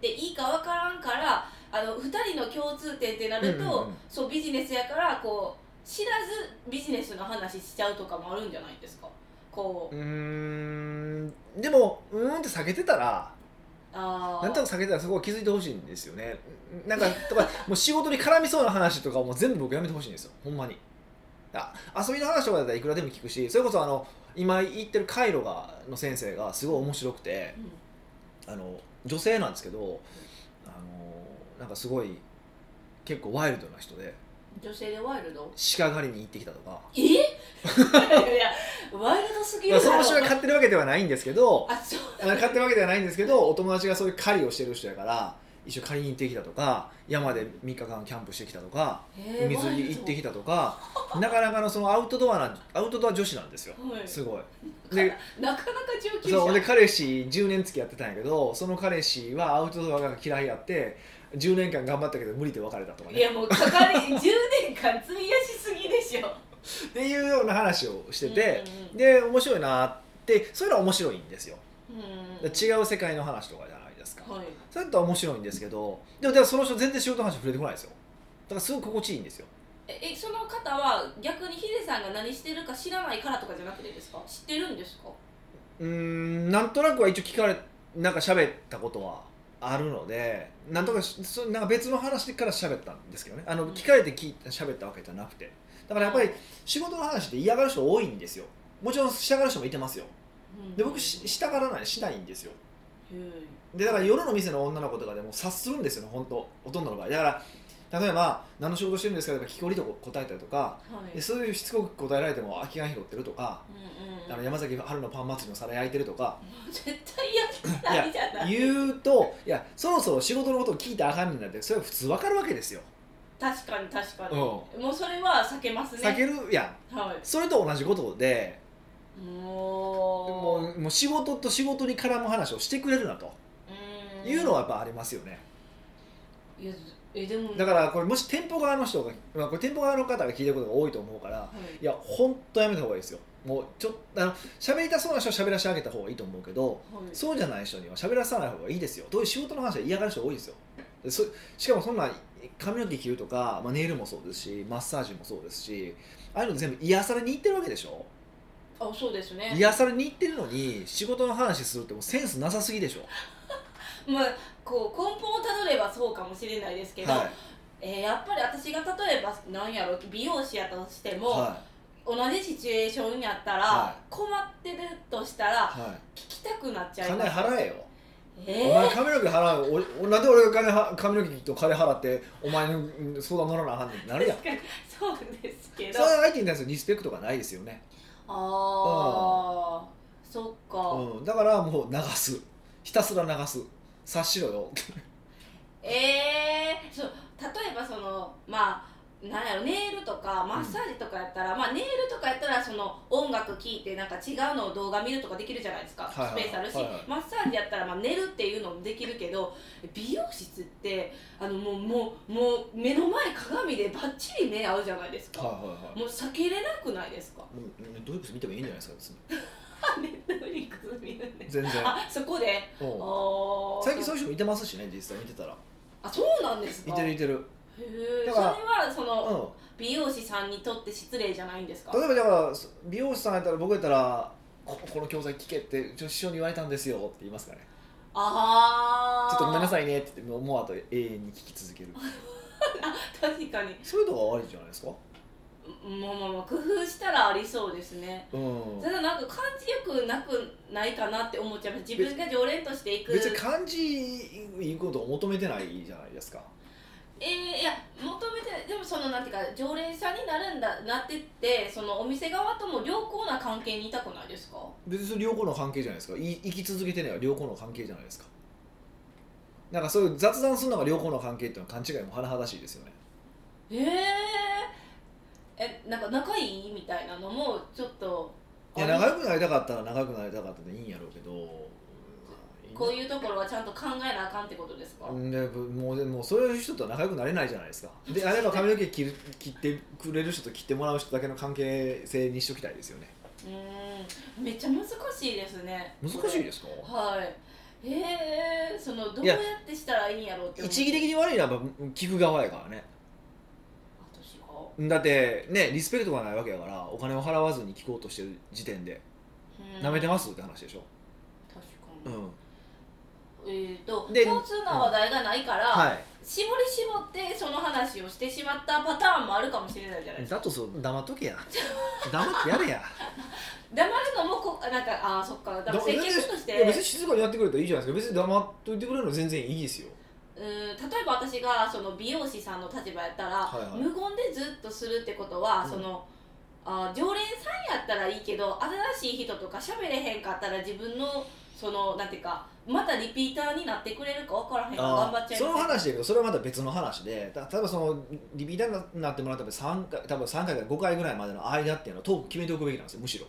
[SPEAKER 2] ていいかわからんから、あの二人の共通点ってなると、
[SPEAKER 1] うんうんうん
[SPEAKER 2] そうビジネスやからこう知らずビジネスの話しちゃうとかもあるんじゃないですかこ
[SPEAKER 1] う
[SPEAKER 2] う、
[SPEAKER 1] ーんでもうーんって避けてたら
[SPEAKER 2] ああ
[SPEAKER 1] なんとなく避けてたらそこは気づいてほしいんですよねなんかとかもう仕事に絡みそうな話とかはもう全部僕やめてほしいんですよほんまにあ遊びの話とかだったらいくらでも聞くしそれこそあの今行ってるカイロがの先生がすごい面白くて
[SPEAKER 2] うん
[SPEAKER 1] あの女性なんですけどあのなんかすごい結構ワイルドな人で
[SPEAKER 2] 女性でワイルド
[SPEAKER 1] 鹿狩りに行ってきたとか
[SPEAKER 2] えいやワイルドすぎ
[SPEAKER 1] まあ
[SPEAKER 2] る
[SPEAKER 1] そ
[SPEAKER 2] だ
[SPEAKER 1] の
[SPEAKER 2] ろ
[SPEAKER 1] 人が買ってるわけではないんですけど
[SPEAKER 2] あそう
[SPEAKER 1] あの買ってるわけではないんですけどお友達がそういう狩りをしてる人やから一緒に狩りに行ってきたとか山で3日間キャンプしてきたとか
[SPEAKER 2] え
[SPEAKER 1] 海
[SPEAKER 2] ワイ
[SPEAKER 1] 釣
[SPEAKER 2] ル
[SPEAKER 1] り
[SPEAKER 2] ド
[SPEAKER 1] 行ってきたとかなかなかのそのアウトドアなアウトドア女子なんですよ
[SPEAKER 2] はい
[SPEAKER 1] すごい
[SPEAKER 2] で
[SPEAKER 1] で
[SPEAKER 2] なかなか上級者
[SPEAKER 1] そうで彼氏10年付き合ってたんやけどその彼氏はアウトドアが嫌いやって10年間頑張ったけど無理で別れたとか
[SPEAKER 2] い
[SPEAKER 1] ね
[SPEAKER 2] やもうかかり10年間費やしすぎでしょ
[SPEAKER 1] っていうような話をしてて、
[SPEAKER 2] うんうんうん
[SPEAKER 1] で面白いなってそういうのは面白いんですよ
[SPEAKER 2] うん
[SPEAKER 1] で違う世界の話とかじゃないですか、
[SPEAKER 2] はい
[SPEAKER 1] そうやったら面白いんですけどでもでもその人全然仕事の話触れてこないですよだからすごく心地いいんですよ
[SPEAKER 2] ええその方は逆にヒデさんが何してるか知らないからとかじゃなくてですか知ってるんですか
[SPEAKER 1] うーんなんとなくは一応聞かれなんか喋ったことはあるのでなんとかしそなんか別の話から喋ったんですけどねあの
[SPEAKER 2] うん
[SPEAKER 1] 聞かれて聞いた喋ったわけじゃなくてだからやっぱり仕事の話って嫌がる人多いんですよもちろんしたがる人もいてますよ
[SPEAKER 2] うん
[SPEAKER 1] で僕ししたがらないしないんですよ
[SPEAKER 2] うん
[SPEAKER 1] でだから夜の店の女の子とかでも察するんですよね本当ほとんどの場合だから例えば何の仕事してるんですかとか聞こえりと答えたりとか
[SPEAKER 2] はい
[SPEAKER 1] でそういうしつこく答えられても空き缶拾ってるとか、
[SPEAKER 2] うんうん
[SPEAKER 1] あの山崎春のパン祭りの皿焼いてるとか
[SPEAKER 2] 絶対やってないじゃない
[SPEAKER 1] 言うといやそろそろ仕事のことを聞いてあかんねんだってそれは普通わかるわけですよ、
[SPEAKER 2] 確かに確か
[SPEAKER 1] う
[SPEAKER 2] に、
[SPEAKER 1] ん、
[SPEAKER 2] もうそれは避けますね
[SPEAKER 1] 避けるやん
[SPEAKER 2] は
[SPEAKER 1] それと同じことで
[SPEAKER 2] いもう
[SPEAKER 1] もうもう仕事と仕事に絡む話をしてくれるなと
[SPEAKER 2] うん
[SPEAKER 1] いうのはやっぱありますよね
[SPEAKER 2] いやえでも
[SPEAKER 1] だからこれもし店舗側の人が、まあ、これ店舗側の方が聞いたことが多いと思うから
[SPEAKER 2] はい
[SPEAKER 1] いや本当やめた方がいいですよもうちょっとあの喋りたそうな人は喋らせてあげた方がいいと思うけど
[SPEAKER 2] はい
[SPEAKER 1] そうじゃない人には喋らさない方がいいですよどういう仕事の話は嫌がる人多いですよでそしかもそんな髪の毛切るとか、まあ、ネイルもそうですしマッサージもそうですしああいうの全部癒されに行ってるわけでしょ
[SPEAKER 2] あそうですね
[SPEAKER 1] 癒されに行ってるのに仕事の話するってもうセンスなさすぎでしょ
[SPEAKER 2] まあこう根本をたどればそうかもしれないですけど、
[SPEAKER 1] は
[SPEAKER 2] えーやっぱり私が例えばなんやろ美容師やとして
[SPEAKER 1] い
[SPEAKER 2] も、
[SPEAKER 1] は
[SPEAKER 2] 同じシチュエーションになったら、
[SPEAKER 1] はい
[SPEAKER 2] 困ってるとしたら
[SPEAKER 1] いは
[SPEAKER 2] 聞きたくなっち
[SPEAKER 1] い
[SPEAKER 2] ゃい
[SPEAKER 1] 金
[SPEAKER 2] ます
[SPEAKER 1] 払えよ
[SPEAKER 2] え
[SPEAKER 1] お
[SPEAKER 2] ー
[SPEAKER 1] 前髪の毛払うおおなんで俺が金は髪の毛と金払ってお前のうん相談乗らなあかんねんってなる やん
[SPEAKER 2] そうですけ
[SPEAKER 1] そ
[SPEAKER 2] ど
[SPEAKER 1] れは相手に対するリスペクトがないですよね、
[SPEAKER 2] ああそっか、
[SPEAKER 1] うん、だからもう流すひたすら流す察しろよ
[SPEAKER 2] えー、そう例えばそのまあなんやろネイルとかマッサージとかやったら、まあ、ネイルとかやったらその音楽聴いてなんか違うのを動画見るとかできるじゃないですか、
[SPEAKER 1] はいはい
[SPEAKER 2] スペースあるし、
[SPEAKER 1] はいはい
[SPEAKER 2] マッサージやったらまあ寝るっていうのもできるけど美容室ってあのもうもうもう目の前鏡でバッチリ目合うじゃないですか、
[SPEAKER 1] はいはいはい
[SPEAKER 2] もう避けれなくないですか
[SPEAKER 1] もううんドリップス見てもいいんじゃないですか別に
[SPEAKER 2] ネットフリックス見るね
[SPEAKER 1] 全然
[SPEAKER 2] あそこで
[SPEAKER 1] うん
[SPEAKER 2] あ
[SPEAKER 1] 最近そう
[SPEAKER 2] う
[SPEAKER 1] いう人いてますしね実際見てたら
[SPEAKER 2] あそうなんです
[SPEAKER 1] い
[SPEAKER 2] か
[SPEAKER 1] てる
[SPEAKER 2] へ
[SPEAKER 1] いてる、
[SPEAKER 2] え
[SPEAKER 1] だ
[SPEAKER 2] それ
[SPEAKER 1] から
[SPEAKER 2] はその、
[SPEAKER 1] う
[SPEAKER 2] 美容師さんにとって失礼じゃないんですか
[SPEAKER 1] ん、例えばだから美容師さんやったら僕やったらここの教材聞けってうちの師匠に言われたんですよって言いますかね
[SPEAKER 2] ああ
[SPEAKER 1] ちょっとごめんないさいねって言ってもうもうあと永遠に聞き続け る
[SPEAKER 2] 確かに
[SPEAKER 1] そういうのが悪いんじゃないですか
[SPEAKER 2] まあまあまあ工夫したらありそうですね
[SPEAKER 1] うん
[SPEAKER 2] ただなんか感じよくなくないかなって思っちゃいます自分が常連としていく
[SPEAKER 1] 別に漢字いいことを求めてないじゃないですか
[SPEAKER 2] えーいや求めてでもそのなんていうか常連さんになるんだなってってそのお店側とも良好な関係にいたくないですか
[SPEAKER 1] 別にそれ両方の関係じゃないですかい生き続けてないは両方の関係じゃないですかなんかそういう雑談するのが両方の関係っていうのは勘違いも甚だしいですよね
[SPEAKER 2] えー、えなんか仲いいみたいなのもちょっと
[SPEAKER 1] いや
[SPEAKER 2] あ
[SPEAKER 1] 長くなりたかったら長くなりたかったでいいんやろうけどうん
[SPEAKER 2] こういうところはちゃんと考えなあかんってことですか、
[SPEAKER 1] うんでもうでもそういう人とは仲良くなれないじゃないですかであれば髪の毛切る切ってくれる人と切ってもらう人だけの関係性にしときたいですよね
[SPEAKER 2] うーんめっちゃ難しいですね
[SPEAKER 1] 難しいですか
[SPEAKER 2] はいえー、そのどう
[SPEAKER 1] い
[SPEAKER 2] や
[SPEAKER 1] や
[SPEAKER 2] ってしたらいいんやろうって思う
[SPEAKER 1] 一義的に悪いのはやっぱ聞く側やからね
[SPEAKER 2] 私が
[SPEAKER 1] だってねリスペクトがないわけやからお金を払わずに聞こうとしてる時点で
[SPEAKER 2] うん
[SPEAKER 1] なめてますって話でしょ、
[SPEAKER 2] 確か
[SPEAKER 1] う
[SPEAKER 2] に、
[SPEAKER 1] ん、
[SPEAKER 2] えっ、と
[SPEAKER 1] で
[SPEAKER 2] 共通な話題がないから、
[SPEAKER 1] はい
[SPEAKER 2] 絞り絞ってその話をしてしまったパターンもあるかもしれないじゃないですか
[SPEAKER 1] だとそう黙っとけ や黙ってやれや
[SPEAKER 2] 黙るのもこなんかああそっかだから接客とし
[SPEAKER 1] いや別
[SPEAKER 2] て
[SPEAKER 1] に静かにやってくれたらいいじゃないですか別に黙っといてくれるの全然いいですよ
[SPEAKER 2] うん例えば私がその美容師さんの立場やったら、
[SPEAKER 1] はいはい
[SPEAKER 2] 無言でずっとするってことは、
[SPEAKER 1] うん
[SPEAKER 2] そのあ常連さんやったらいいけど新しい人とか喋れへんかったら自分のそのなんていうかまたリピーターになってくれるか分からへんから頑張っちゃい
[SPEAKER 1] その
[SPEAKER 2] ます
[SPEAKER 1] 話だけどそれはまた別の話でた例えばそのリピーターになってもらったら3回多分3回から5回ぐらいまでの間っていうのはトーク決めておくべきなんですよむしろ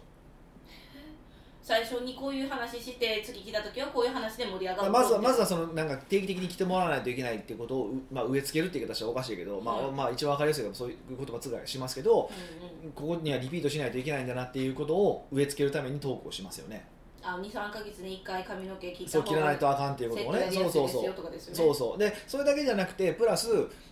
[SPEAKER 2] 最初にこういう話して次来た時はこういう話で盛り上がる
[SPEAKER 1] まずはまずはそのなんか定期的に来てもらわないといけないっていうことを、うまあ、植え付けるっていう形はおかしいけど、まあ
[SPEAKER 2] うん
[SPEAKER 1] まあ一番わかりやすいけどそういう言葉遣いしますけど
[SPEAKER 2] うんうん
[SPEAKER 1] ここにはリピートしないといけないんだなっていうことを植え付けるためにトークをしますよね
[SPEAKER 2] あ23か月に1回髪の毛切った
[SPEAKER 1] そう切らないとあかんっていうこと
[SPEAKER 2] 接
[SPEAKER 1] を
[SPEAKER 2] 客や
[SPEAKER 1] ね
[SPEAKER 2] り
[SPEAKER 1] そ
[SPEAKER 2] や
[SPEAKER 1] うそう
[SPEAKER 2] すいです
[SPEAKER 1] そう
[SPEAKER 2] よとかですよね
[SPEAKER 1] そうそうでそれだけじゃなくてプラス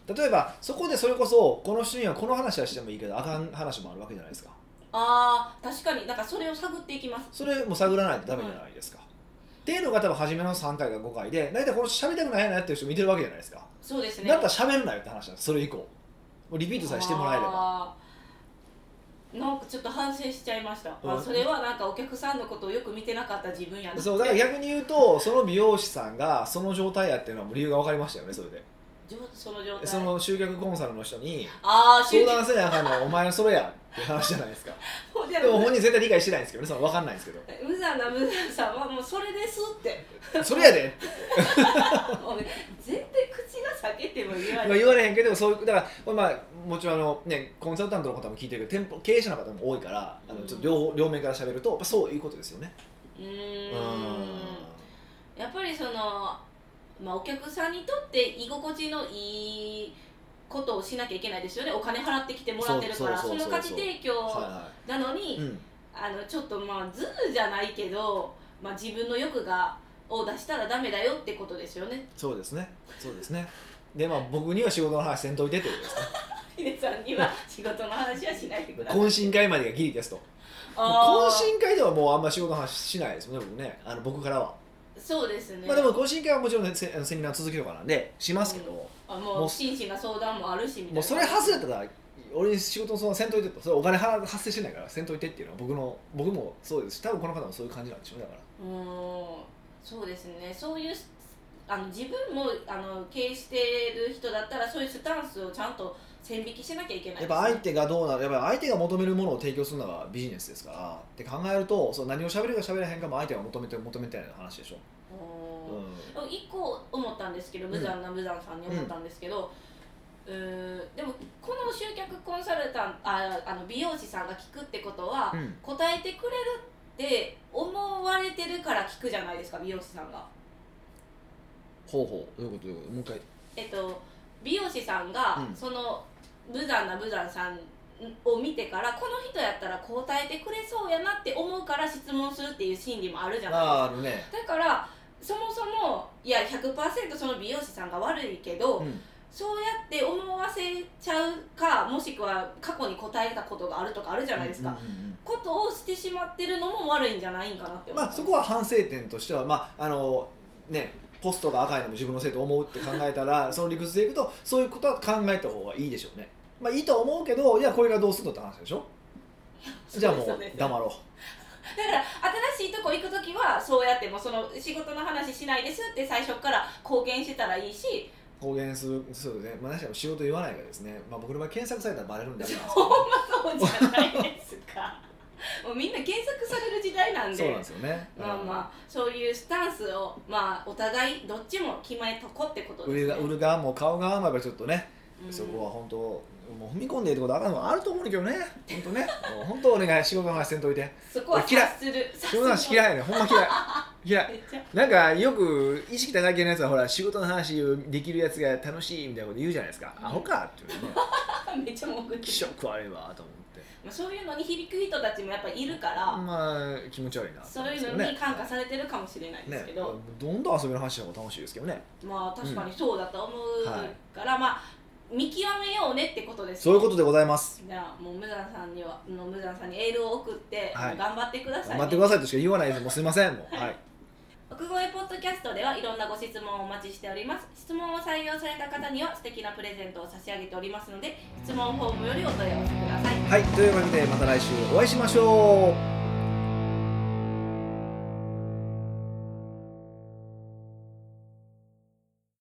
[SPEAKER 1] 例えばそこでそれこそこの人にはこの話はしてもいいけどあかん話もあるわけじゃないですか
[SPEAKER 2] ああ確かになんかそれを探っていきます
[SPEAKER 1] それも探らないとダメじゃないですか、っていうのが多分初めの3回か5回で大体この人喋りたくないなっていう人見てるわけじゃないですか
[SPEAKER 2] そうですね
[SPEAKER 1] だったら喋るなよって話なんですそれ以降もうリピートさえしてもらえれば
[SPEAKER 2] あーなんかちょっと反省しちゃいました、
[SPEAKER 1] うん
[SPEAKER 2] あそれはなんかお客さんのことをよく見てなかった自分やな
[SPEAKER 1] そうだから逆に言うとその美容師さんがその状態やっていうのはもう理由が分かりましたよねそれで
[SPEAKER 2] じょその状態
[SPEAKER 1] その集客コンサルの人に
[SPEAKER 2] ああ
[SPEAKER 1] 相談せなあかんのはお前のそれやって話じゃないですかでも本人絶対理解してないんですけどねその分かんないんですけど
[SPEAKER 2] 無残な無残さんはもうそれですって
[SPEAKER 1] それやで
[SPEAKER 2] もうね絶対口が裂けても言
[SPEAKER 1] ま
[SPEAKER 2] わ
[SPEAKER 1] あ
[SPEAKER 2] れ
[SPEAKER 1] 言われへんけどそういうだから、まあ、もちろんあの、ね、コンサルタントの方も聞いてるけど店舗経営者の方も多いからあのちょっと両方両面から喋るとやっぱそういうことですよね。
[SPEAKER 2] う
[SPEAKER 1] う
[SPEAKER 2] ーんやっぱりその、まあ、お客さんにとって居心地のいいことをしなきゃいけないですよねお金払ってきてもらってるから
[SPEAKER 1] そうそうそ
[SPEAKER 2] そ
[SPEAKER 1] うそう
[SPEAKER 2] の価値提供
[SPEAKER 1] は
[SPEAKER 2] なの
[SPEAKER 1] いはい
[SPEAKER 2] に、
[SPEAKER 1] うん
[SPEAKER 2] あのちょっとまあズルじゃないけど、まあ、自分の欲がを出したらダメだよってことですよね
[SPEAKER 1] そうですねそうですねでまあ僕には仕事の話せんといてということですね
[SPEAKER 2] ヒデさんに は仕事の話はしないでください
[SPEAKER 1] 懇親会までがギリですと
[SPEAKER 2] あ
[SPEAKER 1] 懇
[SPEAKER 2] ー
[SPEAKER 1] 親会ではもうあんま仕事の話しないですもんね僕ねあの僕からは、
[SPEAKER 2] そうですね、
[SPEAKER 1] まあでも懇親会はもちろんねセセミナー続きとかなんでしますけど、
[SPEAKER 2] う
[SPEAKER 1] も
[SPEAKER 2] あも
[SPEAKER 1] も
[SPEAKER 2] う
[SPEAKER 1] う
[SPEAKER 2] 真摯な相談もあるしみたいな
[SPEAKER 1] うそれ外れたら俺に仕事の相談せんといてとそれお金は発生してないからせんといてっていうのは僕の僕もそうですし多分この方もそういう感じなんでしょうねだから
[SPEAKER 2] うーんそうですねそういうあの自分もあの経営してる人だったらそういうスタンスをちゃんと線引きしなきゃい
[SPEAKER 1] や
[SPEAKER 2] けない
[SPEAKER 1] っ
[SPEAKER 2] ですね
[SPEAKER 1] ぱ相手がどうなるやっぱ相手が求めるものを提供するのがビジネスですからって考えるとそう何を喋るか喋らへんかも相手が求めてる求めてないの話でしょ、
[SPEAKER 2] うーん
[SPEAKER 1] う
[SPEAKER 2] 一個思ったんですけど
[SPEAKER 1] ん
[SPEAKER 2] 無残な無残さんに思ったんですけど、うーんでもこの集客コンサルタントああの美容師さんが聞くってことは、
[SPEAKER 1] んうん、
[SPEAKER 2] 答えてくれるって思われてるから聞くじゃないですか美容師さんが。
[SPEAKER 1] ほうほうどういうことどういうこともう一回
[SPEAKER 2] えっと、美容師さんが、
[SPEAKER 1] うん
[SPEAKER 2] その無残な無残さんを見てからこの人やったら答えてくれそうやなって思うから質問するっていう心理もあるじゃないですか
[SPEAKER 1] あーあるね、
[SPEAKER 2] だからそもそもいや100%その美容師さんが悪いけど、
[SPEAKER 1] うん、
[SPEAKER 2] そうやって思わせちゃうかもしくは過去に答えたことがあるとかあるじゃないですか、
[SPEAKER 1] うんうんうん
[SPEAKER 2] ことをしてしまってるのも悪いんじゃないんかなって思い
[SPEAKER 1] まあ、
[SPEAKER 2] ます
[SPEAKER 1] そこは反省点としては、まああのね、ポストが赤いのも自分のせいと思うって考えた らその理屈でいくとそういうことは考えた方がいいでしょうね、まあ、いいとは思うけどいやこれがどうするのって話でしょじゃあも
[SPEAKER 2] そう
[SPEAKER 1] う
[SPEAKER 2] です
[SPEAKER 1] 黙ろ
[SPEAKER 2] だから新しいとこ行く時はそうやってもうその仕事の話しないですって最初から公言してたらいいし
[SPEAKER 1] う公言するそうですね、まあ、確かに仕事言わないからですね、まあ、僕の場合検索されたらバレるんであれなんですけ
[SPEAKER 2] ほんまそうじゃないですかもうみんな検索される時代なん
[SPEAKER 1] ど
[SPEAKER 2] で
[SPEAKER 1] そうなんですよね
[SPEAKER 2] まあまあそういうスタンスをまあお互いどっちも決めとこってこと
[SPEAKER 1] 売
[SPEAKER 2] で
[SPEAKER 1] る
[SPEAKER 2] すね
[SPEAKER 1] が売る側も買う側もやっぱりちょっとね、
[SPEAKER 2] うん
[SPEAKER 1] そこは本当もう踏み込んでいることあかんのもあると思うんだけどね本当ねもう本当お願い仕事の話せんとい て
[SPEAKER 2] そこは
[SPEAKER 1] 俺嫌い
[SPEAKER 2] 察する
[SPEAKER 1] 仕
[SPEAKER 2] 察
[SPEAKER 1] 事の話嫌いやねほんま嫌い嫌い
[SPEAKER 2] めっちゃ
[SPEAKER 1] なんかよく意識高い系のやつはほら仕事の話できるやつが楽しいみたいなこと言うじゃないですか、
[SPEAKER 2] うん
[SPEAKER 1] アホかって いうね
[SPEAKER 2] めっちゃ文句言って
[SPEAKER 1] 気
[SPEAKER 2] る
[SPEAKER 1] 色悪いわと思って
[SPEAKER 2] まあそういうのに響く人たちもやっぱいるから
[SPEAKER 1] まあ気持ち悪いなと
[SPEAKER 2] そう
[SPEAKER 1] 思ん
[SPEAKER 2] いうのに感化されてるかもしれないです
[SPEAKER 1] ね
[SPEAKER 2] けど、
[SPEAKER 1] どんどん遊びの話の方が楽しいですけどね
[SPEAKER 2] まあ確かにそうだと思う
[SPEAKER 1] うんはい
[SPEAKER 2] から、まあ見極めようねってことです
[SPEAKER 1] そういうことでございます
[SPEAKER 2] じゃあもう無残さんにはの無残さんにエールを送って、
[SPEAKER 1] はい
[SPEAKER 2] もう頑張ってください、ね、
[SPEAKER 1] 頑張ってくださいとしか言わないですもうすいませんもう
[SPEAKER 2] は
[SPEAKER 1] はいい、
[SPEAKER 2] 奥越ポッドキャストではいろんなご質問をお待ちしております質問を採用された方には素敵なプレゼントを差し上げておりますので質問フォームよりお問い合わせください
[SPEAKER 1] はい、というわけでまた来週お会いしましょう